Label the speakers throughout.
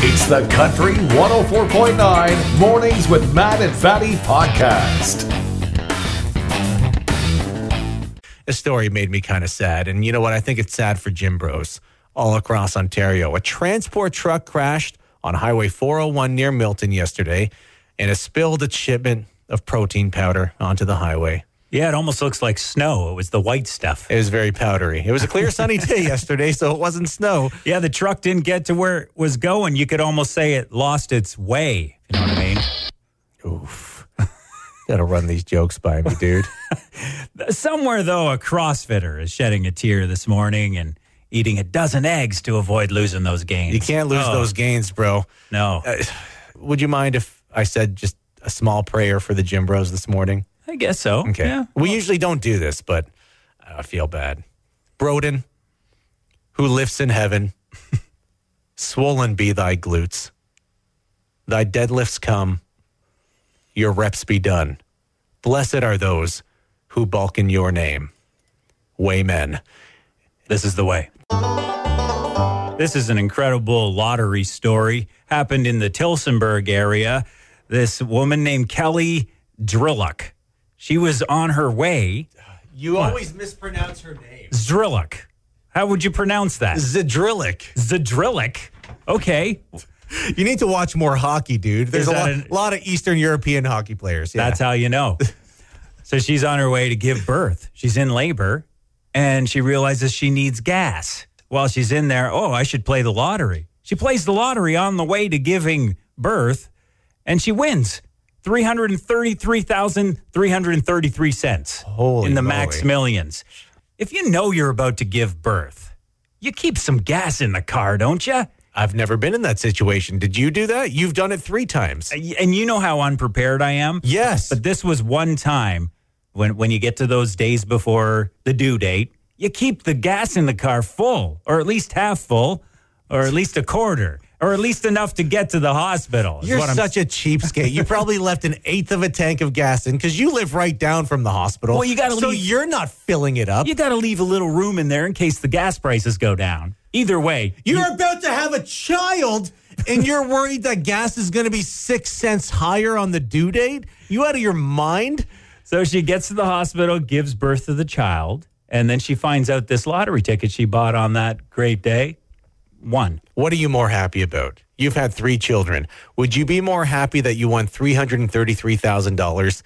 Speaker 1: It's the Country 104.9 Mornings with Matt and Fatty podcast.
Speaker 2: The story made me kind of sad. And you know what? I think it's sad for Jim Bros all across Ontario. A transport truck crashed on Highway 401 near Milton yesterday, and it spilled its shipment of protein powder onto the highway.
Speaker 3: Yeah, it almost looks like snow. It was the white stuff.
Speaker 2: It was very powdery. It was a clear sunny day yesterday, so it wasn't snow.
Speaker 3: Yeah, the truck didn't get to where it was going. You could almost say it lost its way. if You know what I mean?
Speaker 2: Oof. Gotta run these jokes by me, dude.
Speaker 3: Somewhere, though, a CrossFitter is shedding a tear this morning and eating a dozen eggs to avoid losing those gains.
Speaker 2: You can't lose
Speaker 3: Oh,
Speaker 2: those gains, bro.
Speaker 3: No.
Speaker 2: Would you mind if I said just a small prayer for the Jim Bros this morning?
Speaker 3: I guess so.
Speaker 2: Okay.
Speaker 3: Yeah.
Speaker 2: We usually don't do this, but I feel bad. Broden, who lifts in heaven, swollen be thy glutes. Thy deadlifts come, your reps be done. Blessed are those who balk in your name. Waymen.
Speaker 3: This is the way. This is an incredible lottery story. Happened in the Tilsonburg area. This woman named Kelly Drilluck. She was on her way.
Speaker 2: You always mispronounce her name.
Speaker 3: Zdrilluck. How would you pronounce that?
Speaker 2: Zadrillic.
Speaker 3: Zdrilluck. Okay.
Speaker 2: You need to watch more hockey, dude. There's
Speaker 3: Is
Speaker 2: a
Speaker 3: that
Speaker 2: lot,
Speaker 3: an-
Speaker 2: lot of Eastern European hockey players. Yeah.
Speaker 3: That's how you know. so she's on her way to give birth. She's in labor and she realizes she needs gas. While she's in there, oh, I should play the lottery. She plays the lottery on the way to giving birth and she wins. 333,333 cents
Speaker 2: Holy
Speaker 3: in the
Speaker 2: moly.
Speaker 3: max millions. If you know you're about to give birth, you keep some gas in the car, don't you?
Speaker 2: I've never been in that situation. Did you do that? You've done it three times.
Speaker 3: And you know how unprepared I am.
Speaker 2: Yes.
Speaker 3: But this was one time when when you get to those days before the due date, you keep the gas in the car full, or at least half full, or at least a quarter, or at least enough to get to the hospital. is
Speaker 2: You're
Speaker 3: what I'm-
Speaker 2: such a cheapskate. You probably left an eighth of a tank of gas in because you live right down from the hospital.
Speaker 3: Well, you gotta
Speaker 2: so
Speaker 3: leave-
Speaker 2: you're not filling it up.
Speaker 3: you got to leave a little room in there in case the gas prices go down. Either way,
Speaker 2: You're about to have a child, and you're worried that gas is going to be six cents higher on the due date. You out of your mind?
Speaker 3: So she gets to the hospital, gives birth to the child, and then she finds out this lottery ticket she bought on that great day won.
Speaker 2: What are you more happy about? You've had three children. Would you be more happy that you won three hundred and thirty-three thousand dollars,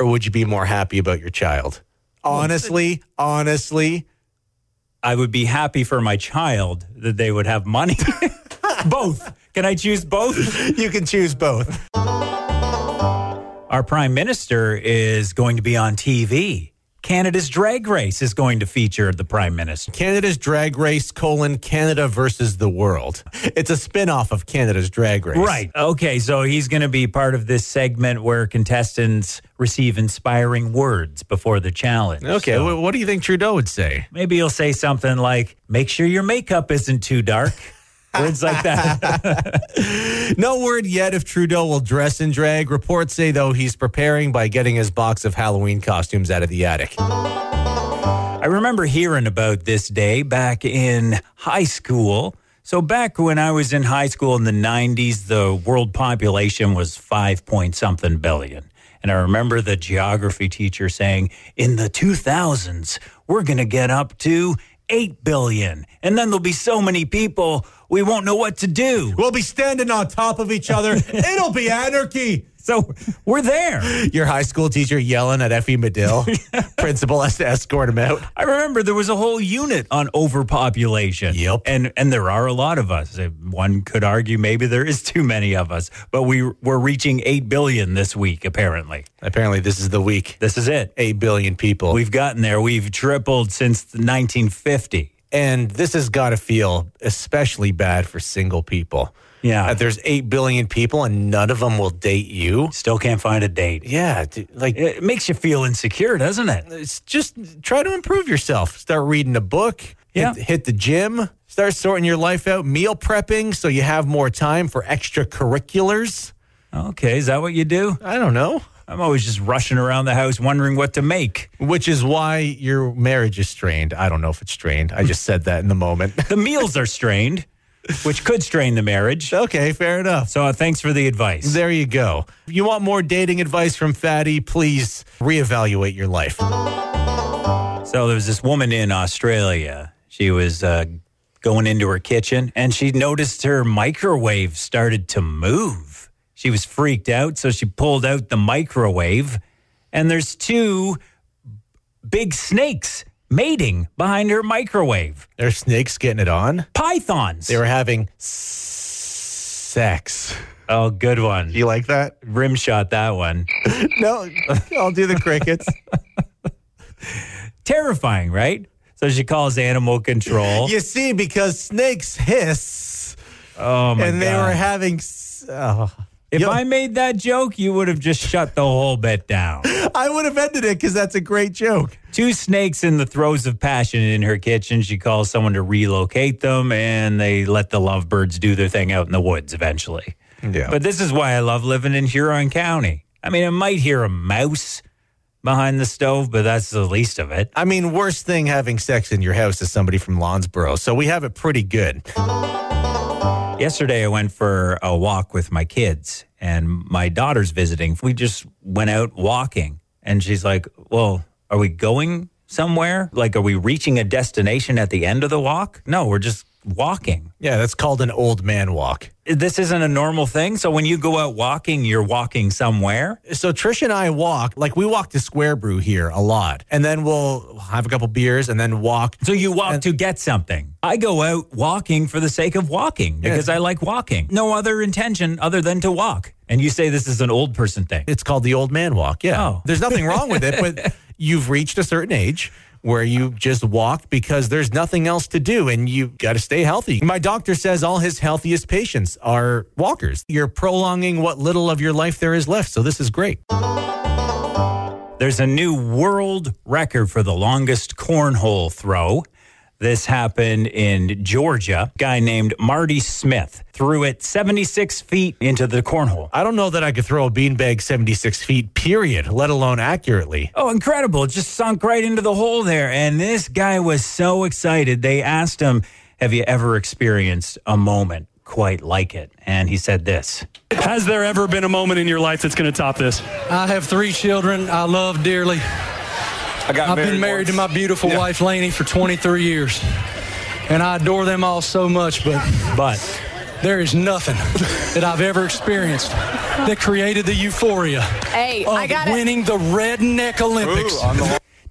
Speaker 2: or would you be more happy about your child? Honestly, honestly,
Speaker 3: I would be happy for my child that they would have money. both. Can I choose both?
Speaker 2: you can choose both.
Speaker 3: Our prime minister is going to be on TV. Canada's drag race is going to feature the prime minister.
Speaker 2: Canada's Drag Race colon Canada versus the world. It's a spin-off of Canada's Drag Race.
Speaker 3: Right. Okay. So he's going to be part of this segment where contestants receive inspiring words before the challenge.
Speaker 2: Okay.
Speaker 3: So
Speaker 2: wh- what do you think Trudeau would say?
Speaker 3: maybe he'll say something like, make sure your makeup isn't too dark. Words like that.
Speaker 2: No word yet if Trudeau will dress in drag. Reports say though he's preparing by getting his box of Halloween costumes out of the attic.
Speaker 3: I remember hearing about this day back in high school. So, back when I was in high school in the 90s, the world population was five point something billion. And I remember the geography teacher saying, in the 2000s, we're going to get up to 8 billion. And then there'll be so many people, we won't know what to do.
Speaker 2: We'll be standing on top of each other. It'll be anarchy.
Speaker 3: So, we're there.
Speaker 2: Your high school teacher yelling at Effie Medill. Principal has to escort him out.
Speaker 3: I remember there was a whole unit on overpopulation.
Speaker 2: Yep.
Speaker 3: And and there are a lot of us. Uh, One could argue maybe there is too many of us, but we we're reaching 8 billion this week apparently.
Speaker 2: Apparently, this is the week.
Speaker 3: This is it.
Speaker 2: Eight billion people.
Speaker 3: We've gotten there. We've tripled since 1950.
Speaker 2: And this has got to feel especially bad for single people.
Speaker 3: Yeah.
Speaker 2: That there's 8 billion people and none of them will date you.
Speaker 3: Still can't find a date.
Speaker 2: Yeah. d- Like,
Speaker 3: It makes you feel insecure, doesn't it?
Speaker 2: it's just try to improve yourself. Start reading a book, hit-
Speaker 3: Yeah.
Speaker 2: hit, the gym, start sorting your life out, meal prepping so you have more time for extracurriculars.
Speaker 3: Okay, is that what you do?
Speaker 2: I don't know.
Speaker 3: I'm always just rushing around the house wondering what to make.
Speaker 2: Which is why your marriage is strained. I don't know if it's strained. I just said that in the moment.
Speaker 3: The meals are strained. which could strain the marriage.
Speaker 2: Okay, fair enough.
Speaker 3: So uh, thanks for the advice.
Speaker 2: There you go. If you want more dating advice from Fatty, please reevaluate your life.
Speaker 3: So there was this woman in Australia. She was uh, going into her kitchen and she noticed her microwave started to move. She was freaked out, so she pulled out the microwave, and there's two big snakes mating behind her microwave.
Speaker 2: Are snakes getting it on?
Speaker 3: Pythons.
Speaker 2: They were having sex.
Speaker 3: oh, good one.
Speaker 2: You like that?
Speaker 3: Rim shot that one.
Speaker 2: No, I'll do the crickets.
Speaker 3: Terrifying, right? So she calls animal control.
Speaker 2: you see, because snakes hiss,
Speaker 3: Oh my
Speaker 2: and they
Speaker 3: God.
Speaker 2: were having. s- Oh.
Speaker 3: If
Speaker 2: Yo-
Speaker 3: I made that joke, you would have just shut the whole bit down.
Speaker 2: I would have ended it because that's a great joke.
Speaker 3: Two snakes in the throes of passion in her kitchen. She calls someone to relocate them, and they let the lovebirds do their thing out in the woods eventually.
Speaker 2: Yeah.
Speaker 3: But
Speaker 2: But
Speaker 3: this is why I love living in Huron County. I mean, I might hear a mouse behind the stove, but that's the least of it.
Speaker 2: I mean, worst thing having sex in your house is somebody from Lonsboro. So we have it pretty good.
Speaker 3: Yesterday, I went for a walk with my kids, and my daughter's visiting. We just went out walking, and she's like, Well, are we going somewhere? Like, are we reaching a destination at the end of the walk? No, we're just walking.
Speaker 2: Yeah, that's called an old man walk.
Speaker 3: This isn't a normal thing. So, when you go out walking, you're walking somewhere.
Speaker 2: so Trish and I walk, like we walk to Square Brew here a lot, and then we'll have a couple beers and then walk.
Speaker 3: So, you walk to get something. I go out walking for the sake of walking because I like walking. No other intention other than to walk. And you say this is an old person thing.
Speaker 2: It's called the old man walk. Yeah.
Speaker 3: Oh.
Speaker 2: There's nothing wrong with it, but you've reached a certain age where you just walk because there's nothing else to do and you got to stay healthy. My doctor says all his healthiest patients are walkers. You're prolonging what little of your life there is left. So this is great.
Speaker 3: There's a new world record for the longest cornhole throw. This happened in Georgia. guy named Marty Smith threw it 76 feet into the cornhole.
Speaker 2: I don't know that I could throw a beanbag 76 feet, period, let alone accurately.
Speaker 3: Oh, incredible. It just sunk right into the hole there. And this guy was so excited. They asked him, Have you ever experienced a moment quite like it? And he said this.
Speaker 4: Has there ever been a moment in your life that's going to top this?
Speaker 5: I have three children I love dearly.
Speaker 6: I got
Speaker 5: I've been married to my
Speaker 6: once.
Speaker 5: beautiful
Speaker 6: Yeah.
Speaker 5: wife, Lainey, for 23 years. And I adore them all so much, but
Speaker 3: But
Speaker 5: there is nothing that I've ever experienced that created the euphoria
Speaker 7: Hey, I
Speaker 5: of
Speaker 7: got it.
Speaker 5: winning the Redneck Olympics.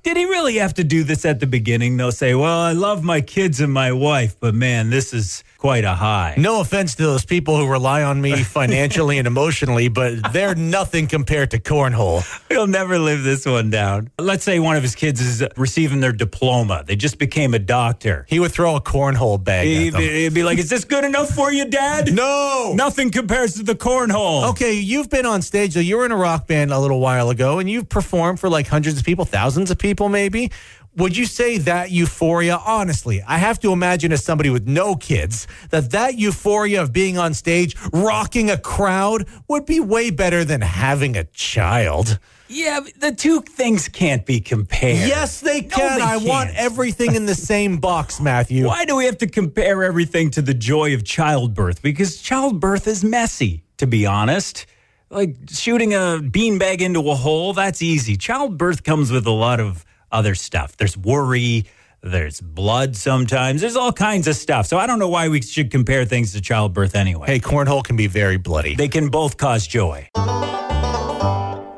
Speaker 3: did he really have to do this at the beginning? They'll say, Well, I love my kids and my wife, but man, this is quite a high.
Speaker 2: No offense to those people who rely on me financially and emotionally, but they're nothing compared to cornhole.
Speaker 3: He'll never live this one down. Let's say one of his kids is receiving their diploma. They just became a doctor.
Speaker 2: He would throw a cornhole bag at
Speaker 3: He'd
Speaker 2: them.
Speaker 3: be, he'd be like, Is this good enough for you, Dad?
Speaker 2: No.
Speaker 3: Nothing compares to the cornhole.
Speaker 2: Okay, you've been on stage. though. You were in a rock band a little while ago, and you've performed for like hundreds of people, thousands of people, maybe. Would you say that euphoria? Honestly, I have to imagine as somebody with no kids that that euphoria of being on stage, rocking a crowd, would be way better than having a child.
Speaker 3: Yeah, but the two things can't be compared.
Speaker 2: Yes, they
Speaker 3: No,
Speaker 2: can.
Speaker 3: they
Speaker 2: I want
Speaker 3: can't.
Speaker 2: everything in the same box, Matthew.
Speaker 3: Why do we have to compare everything to the joy of childbirth? Because childbirth is messy, to be honest. Like shooting a beanbag into a hole, that's easy. Childbirth comes with a lot of other stuff. There's worry, there's blood sometimes, there's all kinds of stuff. So I don't know why we should compare things to childbirth anyway.
Speaker 2: Hey, cornhole can be very bloody.
Speaker 3: They can both cause joy.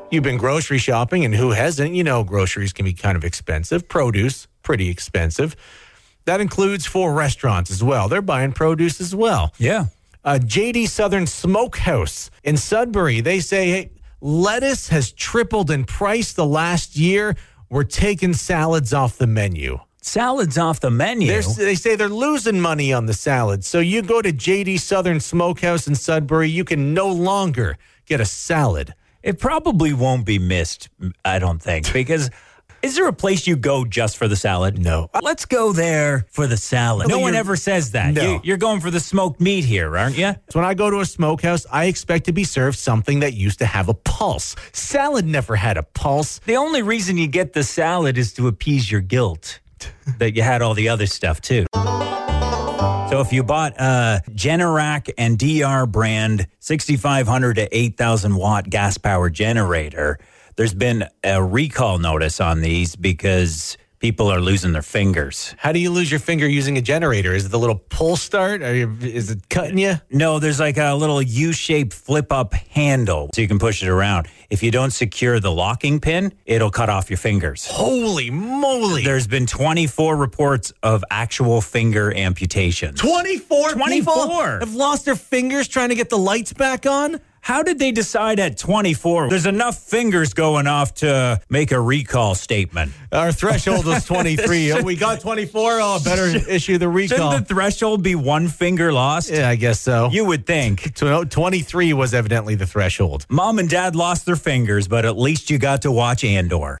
Speaker 2: You've been grocery shopping, and who hasn't? You know, groceries can be kind of expensive. Produce, pretty expensive. That includes for restaurants as well. They're buying produce as well.
Speaker 3: Yeah.
Speaker 2: Uh, JD Southern Smokehouse in Sudbury, they say, hey, lettuce has tripled in price the last year. We're taking salads off the menu.
Speaker 3: Salads off the menu.
Speaker 2: They're, they say they're losing money on the salad. So you go to JD Southern Smokehouse in Sudbury, you can no longer get a salad.
Speaker 3: It probably won't be missed, m- I don't think, because is there a place you go just for the salad?
Speaker 2: No.
Speaker 3: Let's go there for the salad. No
Speaker 2: Well,
Speaker 3: one
Speaker 2: you're-
Speaker 3: ever says that.
Speaker 2: No.
Speaker 3: You, you're going for the smoked meat here, aren't you?
Speaker 2: So when I go to a smokehouse, I expect to be served something that used to have a pulse. Salad never had a pulse.
Speaker 3: The only reason you get the salad is to appease your guilt that you had all the other stuff too. So So if you bought a Generac and DR brand 6500 to 8000 watt gas powered generator, there's been a recall notice on these because people are losing their fingers.
Speaker 2: How do you lose your finger using a generator? Is it the little pull start? Are you, is it cutting you?
Speaker 3: No, there's like a little U shaped flip up handle so you can push it around. If you don't secure the locking pin, it'll cut off your fingers.
Speaker 2: Holy moly!
Speaker 3: There's been 24 reports of actual finger amputations.
Speaker 2: 24,
Speaker 3: 24.
Speaker 2: people have lost their fingers trying to get the lights back on.
Speaker 3: How did they decide at 24 there's enough fingers going off to make a recall statement?
Speaker 2: Our threshold was 23. oh, we got 24. Oh, better issue the
Speaker 3: Shouldn't
Speaker 2: recall.
Speaker 3: the threshold be one finger lost?
Speaker 2: yeah, I guess so.
Speaker 3: You would think.
Speaker 2: So, no, 23 was evidently the threshold.
Speaker 3: Mom and dad lost their fingers, but at least you got to watch Andor.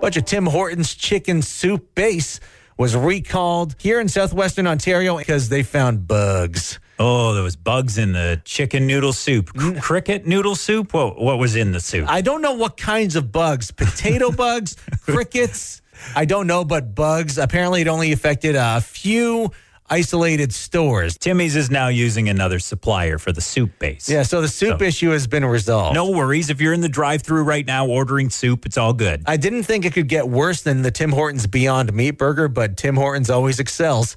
Speaker 2: Bunch of Tim Hortons chicken soup base was recalled here in southwestern Ontario because they found bugs.
Speaker 3: Oh, there was bugs in the chicken noodle soup. Cr- cricket noodle soup? What, what was in the soup?
Speaker 2: Mm. I don't know what kinds of bugs, potato bugs, crickets. I don't know, but bugs. Apparently, it only affected a few isolated stores.
Speaker 3: Timmy's is now using another supplier for the soup base.
Speaker 2: Yeah, so the soup issue has been resolved.
Speaker 3: No worries. If you're in the drive through right now ordering soup, it's all good.
Speaker 2: I didn't think it could get worse than the Tim Hortons Beyond Meat Burger, but Tim Hortons always excels.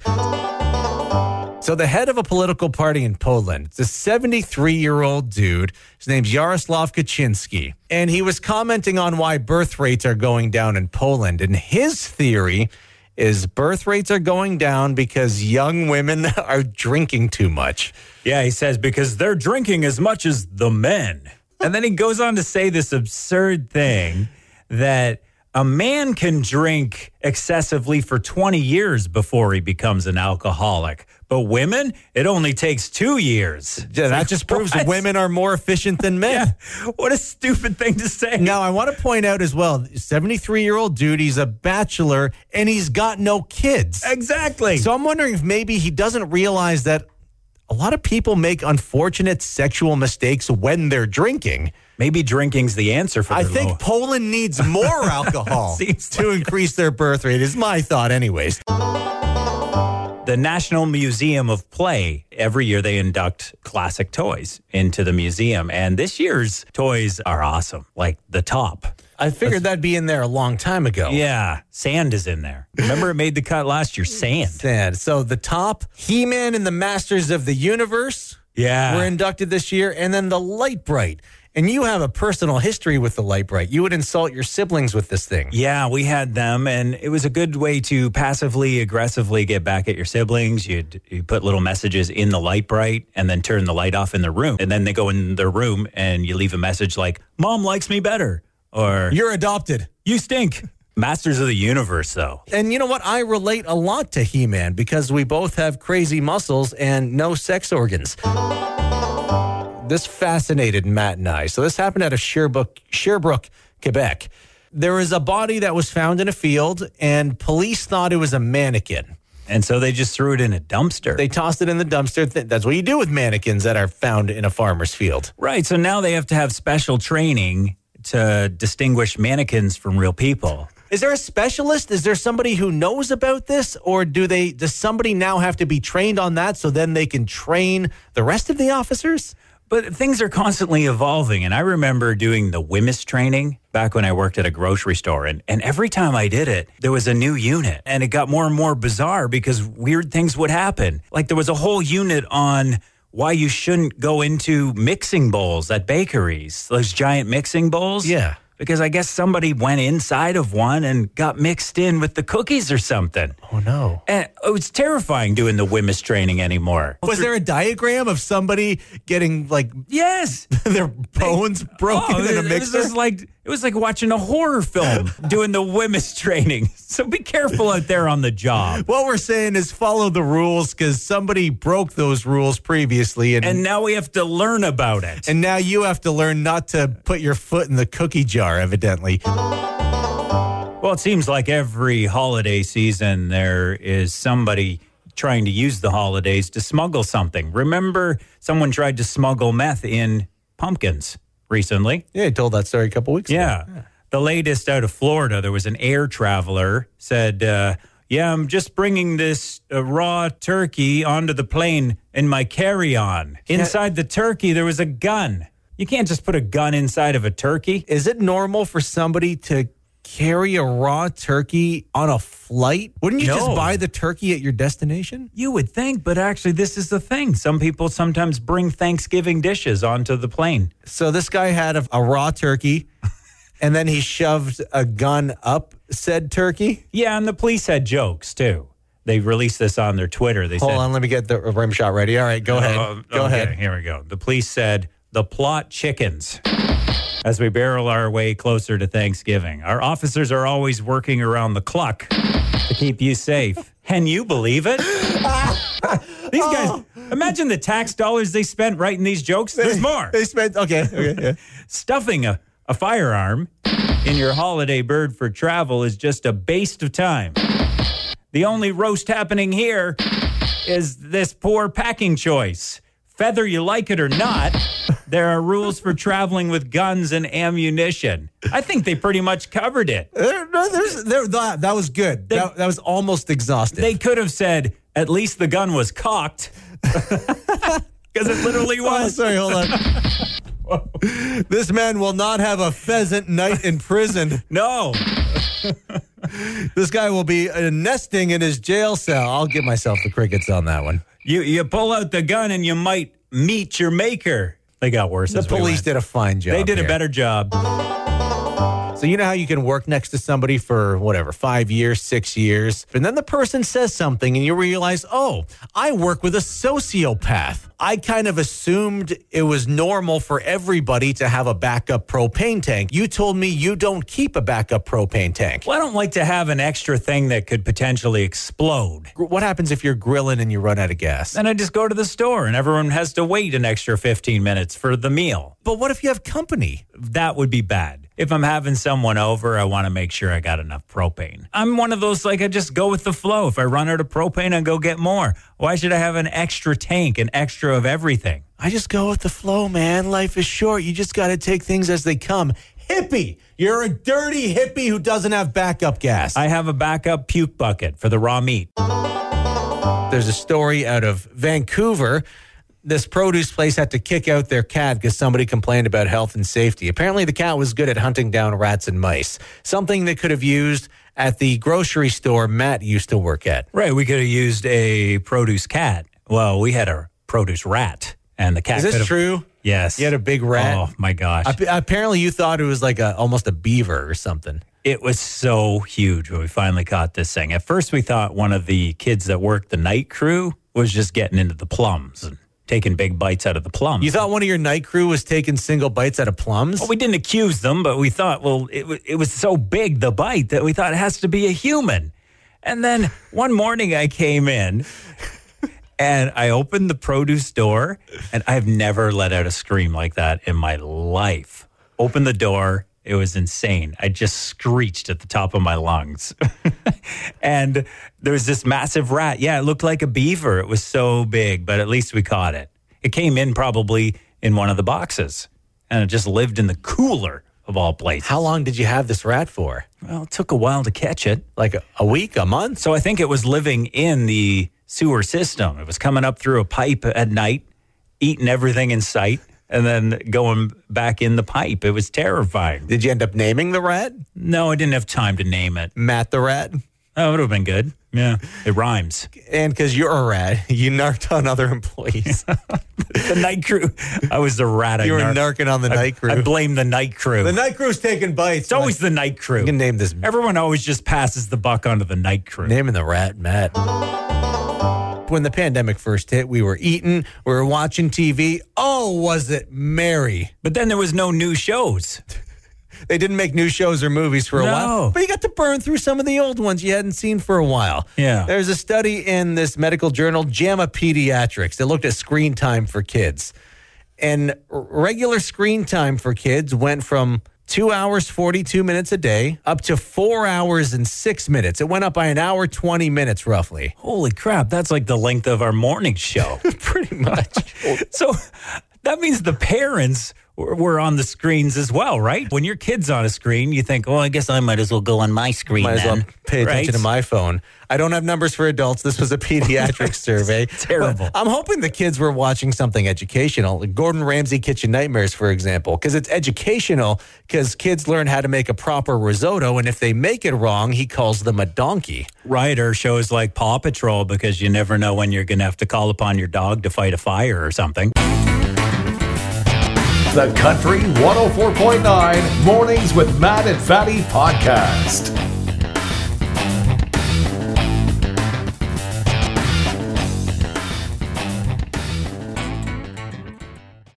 Speaker 2: So, the head of a political party in Poland, it's a 73 year old dude. His name's Jaroslav Kaczynski. And he was commenting on why birth rates are going down in Poland. And his theory is birth rates are going down because young women are drinking too much.
Speaker 3: Yeah, he says because they're drinking as much as the men. And then he goes on to say this absurd thing that a man can drink excessively for 20 years before he becomes an alcoholic. But women, it only takes two years.
Speaker 2: Yeah, that just proves
Speaker 3: What?
Speaker 2: women are more efficient than men.
Speaker 3: What a stupid thing to say.
Speaker 2: Now, I want to point out as well 73 year old dude, he's a bachelor and he's got no kids.
Speaker 3: Exactly.
Speaker 2: So I'm wondering if maybe he doesn't realize that a lot of people make unfortunate sexual mistakes when they're drinking.
Speaker 3: maybe drinking's the answer for
Speaker 2: I
Speaker 3: their
Speaker 2: think
Speaker 3: low-
Speaker 2: Poland needs more alcohol
Speaker 3: Seems
Speaker 2: to increase their birth rate, is my thought, anyways.
Speaker 3: the National Museum of Play. Every year they induct classic toys into the museum. And this year's toys are awesome, like the top.
Speaker 2: I figured that'd be in there a long time ago.
Speaker 3: Yeah, sand is in there. Remember, it made the cut last year. Sand.
Speaker 2: Sad. So the top He Man and the Masters of the Universe.
Speaker 3: Yeah.
Speaker 2: were inducted this year, and then the Light Bright. And you have a personal history with the Light Bright. You would insult your siblings with this thing.
Speaker 3: yeah, we had them, and it was a good way to passively, aggressively get back at your siblings. You'd you put little messages in the light bright, and then turn the light off in the room, and then they go in their room, and you leave a message like "Mom likes me better," or
Speaker 2: You're adopted.
Speaker 3: "You stink." Masters of the Universe, though.
Speaker 2: And you know what? I relate a lot to He Man because we both have crazy muscles and no sex organs. This fascinated Matt and I. So, this happened out of Sherbrooke, Sherbrooke, Quebec. There was a body that was found in a field, and police thought it was a mannequin.
Speaker 3: And so they just threw it in a dumpster.
Speaker 2: They tossed it in the dumpster. Th- That's what you do with mannequins that are found in a farmer's field.
Speaker 3: Right. So now they have to have special training to distinguish mannequins from real people.
Speaker 2: Is there a specialist? Is there somebody who knows about this, or do they? Does somebody now have to be trained on that so then they can train the rest of the officers?
Speaker 3: But things are constantly evolving. And I remember doing the WMIS training back when I worked at a grocery store. And, and every time I did it, there was a new unit. And it got more and more bizarre because weird things would happen. Like there was a whole unit on why you shouldn't go into mixing bowls at bakeries, those giant mixing bowls.
Speaker 2: Yeah.
Speaker 3: Because I guess somebody went inside of one and got mixed in with the cookies or something.
Speaker 2: Oh no!
Speaker 3: And it was terrifying doing the WMIS training anymore.
Speaker 2: Was there a diagram of somebody getting like
Speaker 3: Yes.
Speaker 2: their bones broken
Speaker 3: Oh,
Speaker 2: in a
Speaker 3: it-
Speaker 2: mixer?
Speaker 3: It was like it was like watching a horror film doing the women's training. So be careful out there on the job.
Speaker 2: what we're saying is follow the rules because somebody broke those rules previously, and,
Speaker 3: And
Speaker 2: and
Speaker 3: now we have to learn about it.
Speaker 2: now you have to learn not to put your foot in the cookie jar. Evidently,
Speaker 3: Well, it seems like every holiday season there is somebody trying to use the holidays to smuggle something. Remember someone tried to smuggle meth in pumpkins recently?
Speaker 2: yeah, I told that story a couple weeks ago.
Speaker 3: Yeah. The latest out of Florida, there was an air traveler said, uh, Yeah, I'm just bringing this uh, raw turkey onto the plane in my carry on. Inside the turkey, there was a gun. You can't just put a gun inside of a turkey.
Speaker 2: Is it normal for somebody to carry a raw turkey on a flight? Wouldn't you just
Speaker 3: No.
Speaker 2: buy the turkey at your destination?
Speaker 3: You would think, but actually, this is the thing. Some people sometimes bring Thanksgiving dishes onto the plane.
Speaker 2: So this guy had a, a raw turkey, and then he shoved a gun up said turkey.
Speaker 3: Yeah, and the police had jokes too. They released this on their Twitter. They
Speaker 2: Hold
Speaker 3: said,
Speaker 2: on, let me get the rim shot ready. All right, go ahead.
Speaker 3: Uh,
Speaker 2: go
Speaker 3: okay,
Speaker 2: ahead.
Speaker 3: Here we go. The police said the plot chickens. As we barrel our way closer to Thanksgiving, our officers are always working around the clock to keep you safe. Can you believe it? these guys, imagine the tax dollars they spent writing these jokes. There's more
Speaker 2: They spent okay. okay yeah.
Speaker 3: stuffing a, a firearm in your holiday bird for travel is just a waste of time. The only roast happening here is this poor packing choice. Whether you like it or not, there are rules for traveling with guns and ammunition. I think they pretty much covered it.
Speaker 2: There- no, there's- there- that, that was good. that, that was almost exhaustive.
Speaker 3: They could have said, at least the gun was cocked. Because it literally
Speaker 2: oh,
Speaker 3: was.
Speaker 2: sorry, hold on. this man will not have a pheasant night in prison.
Speaker 3: No.
Speaker 2: This guy will be uh, nesting in his jail cell. I'll give myself the crickets on that one.
Speaker 3: You you pull out the gun and you might meet your maker. They got worse.
Speaker 2: The
Speaker 3: as we
Speaker 2: police
Speaker 3: went.
Speaker 2: did a fine job.
Speaker 3: They did
Speaker 2: here.
Speaker 3: a better job.
Speaker 2: So you know how you can work next to somebody for whatever, five years, six years, and then the person says something and you realize, oh, I work with a sociopath. I kind of assumed it was normal for everybody to have a backup propane tank. You told me you don't keep a backup propane tank.
Speaker 3: Well, I don't like to have an extra thing that could potentially explode.
Speaker 2: Gr- What happens if you're grilling and you run out of gas?
Speaker 3: Then I just go to the store and everyone has to wait an extra 15 minutes for the meal.
Speaker 2: But what if you have company?
Speaker 3: That would be bad. If I'm having someone over, I want to make sure I got enough propane. I'm one of those like I just go with the flow. If I run out of propane, I go get more. Why should I have an extra tank, an extra of everything?
Speaker 2: I just go with the flow, man. Life is short. You just got to take things as they come. Hippie. You're a dirty hippie who doesn't have backup gas.
Speaker 3: I have a backup puke bucket for the raw meat.
Speaker 2: There's a story out of Vancouver. This produce place had to kick out their cat because somebody complained about health and safety. Apparently, the cat was good at hunting down rats and mice, something they could have used at the grocery store Matt used to work at.
Speaker 3: Right. We could have used a produce cat. Well, we had a produce rat, and the cat.
Speaker 2: Is this
Speaker 3: could have,
Speaker 2: true?
Speaker 3: Yes.
Speaker 2: You had a big rat?
Speaker 3: Oh my gosh!
Speaker 2: Ap- apparently, you thought it was like a, almost a beaver or something.
Speaker 3: it was so huge when we finally caught this thing. At first, we thought one of the kids that worked the night crew was just getting into the plums and taking big bites out of the plums.
Speaker 2: You thought one of your night crew was taking single bites out of plums?
Speaker 3: Well, Oh, we didn't accuse them, but we thought, well, it, wa- it was so big, the bite, that we thought it has to be a human. And then one morning I came in and I opened the produce door, and I've never let out a scream like that in my life. Opened the door. It was insane. I just screeched at the top of my lungs. and there was this massive rat. Yeah, it looked like a beaver. It was so big, but at least we caught it. It came in probably in one of the boxes and it just lived in the cooler of all places.
Speaker 2: How long did you have this rat for?
Speaker 3: Well, it took a while to catch it.
Speaker 2: Like a, a week, a month?
Speaker 3: So I think it was living in the sewer system. It was coming up through a pipe at night, eating everything in sight, and then going back in the pipe. It was terrifying.
Speaker 2: Did you end up naming the rat?
Speaker 3: No, I didn't have time to name it.
Speaker 2: Matt the rat?
Speaker 3: That would have been good. Yeah. It rhymes.
Speaker 2: And because you're a rat, you narked on other employees.
Speaker 3: The night crew. I was the rat.
Speaker 2: you were
Speaker 3: I nar-
Speaker 2: narking on the night crew.
Speaker 3: I blame the night crew.
Speaker 2: the night crew's taking bites.
Speaker 3: it's always the night crew.
Speaker 2: you can name this
Speaker 3: Everyone always just passes the buck onto the night crew.
Speaker 2: naming the rat Matt. When the pandemic first hit, we were eating, we were watching TV. Oh, was it Mary?
Speaker 3: But then there was no new shows.
Speaker 2: They didn't make new shows or movies for a
Speaker 3: No.
Speaker 2: while, but you got to burn through some of the old ones you hadn't seen for a while.
Speaker 3: Yeah.
Speaker 2: There's a study in this medical journal, JAMA Pediatrics, that looked at screen time for kids. And r- regular screen time for kids went from two hours, 42 minutes a day up to four hours and six minutes. It went up by an hour, 20 minutes roughly.
Speaker 3: Holy crap, that's like the length of our morning show.
Speaker 2: Pretty much.
Speaker 3: so that means the parents were on the screens as well, right? When your kid's on a screen, you think, "Oh, I guess I might as well go on my screen."
Speaker 2: Might as well
Speaker 3: then,"
Speaker 2: pay attention
Speaker 3: right?
Speaker 2: to my phone. I don't have numbers for adults. This was a pediatric survey.
Speaker 3: terrible.
Speaker 2: But I'm hoping the kids were watching something educational. like Gordon Ramsay Kitchen Nightmares, for example, because it's educational because kids learn how to make a proper risotto. And if they make it wrong, he calls them a donkey.
Speaker 3: Right, or shows like Paw Patrol because you never know when you're going to have to call upon your dog to fight a fire or something.
Speaker 1: oh The Country 104.9 Mornings with Matt and Fatty podcast.